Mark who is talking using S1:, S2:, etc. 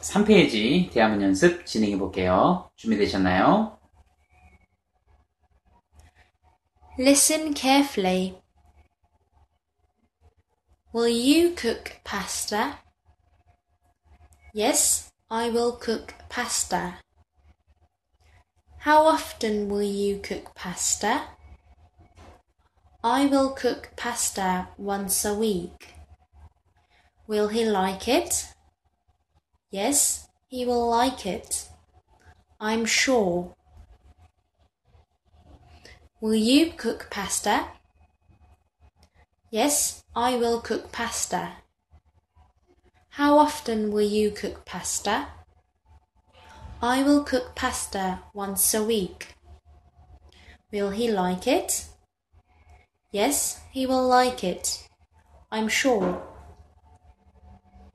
S1: 403페이지 대화문 연습 진행해 볼게요. 준비되셨나요?
S2: Listen carefully. Will you cook pasta? Yes, I will cook pasta. How often will you cook pasta? I will cook pasta once a week. Will he like it? Yes, he will like it. I'm sure. Will you cook pasta? Yes, I will cook pasta. How often will you cook pasta? I will cook pasta once a week. Will he like it? Yes, he will like it. I'm sure.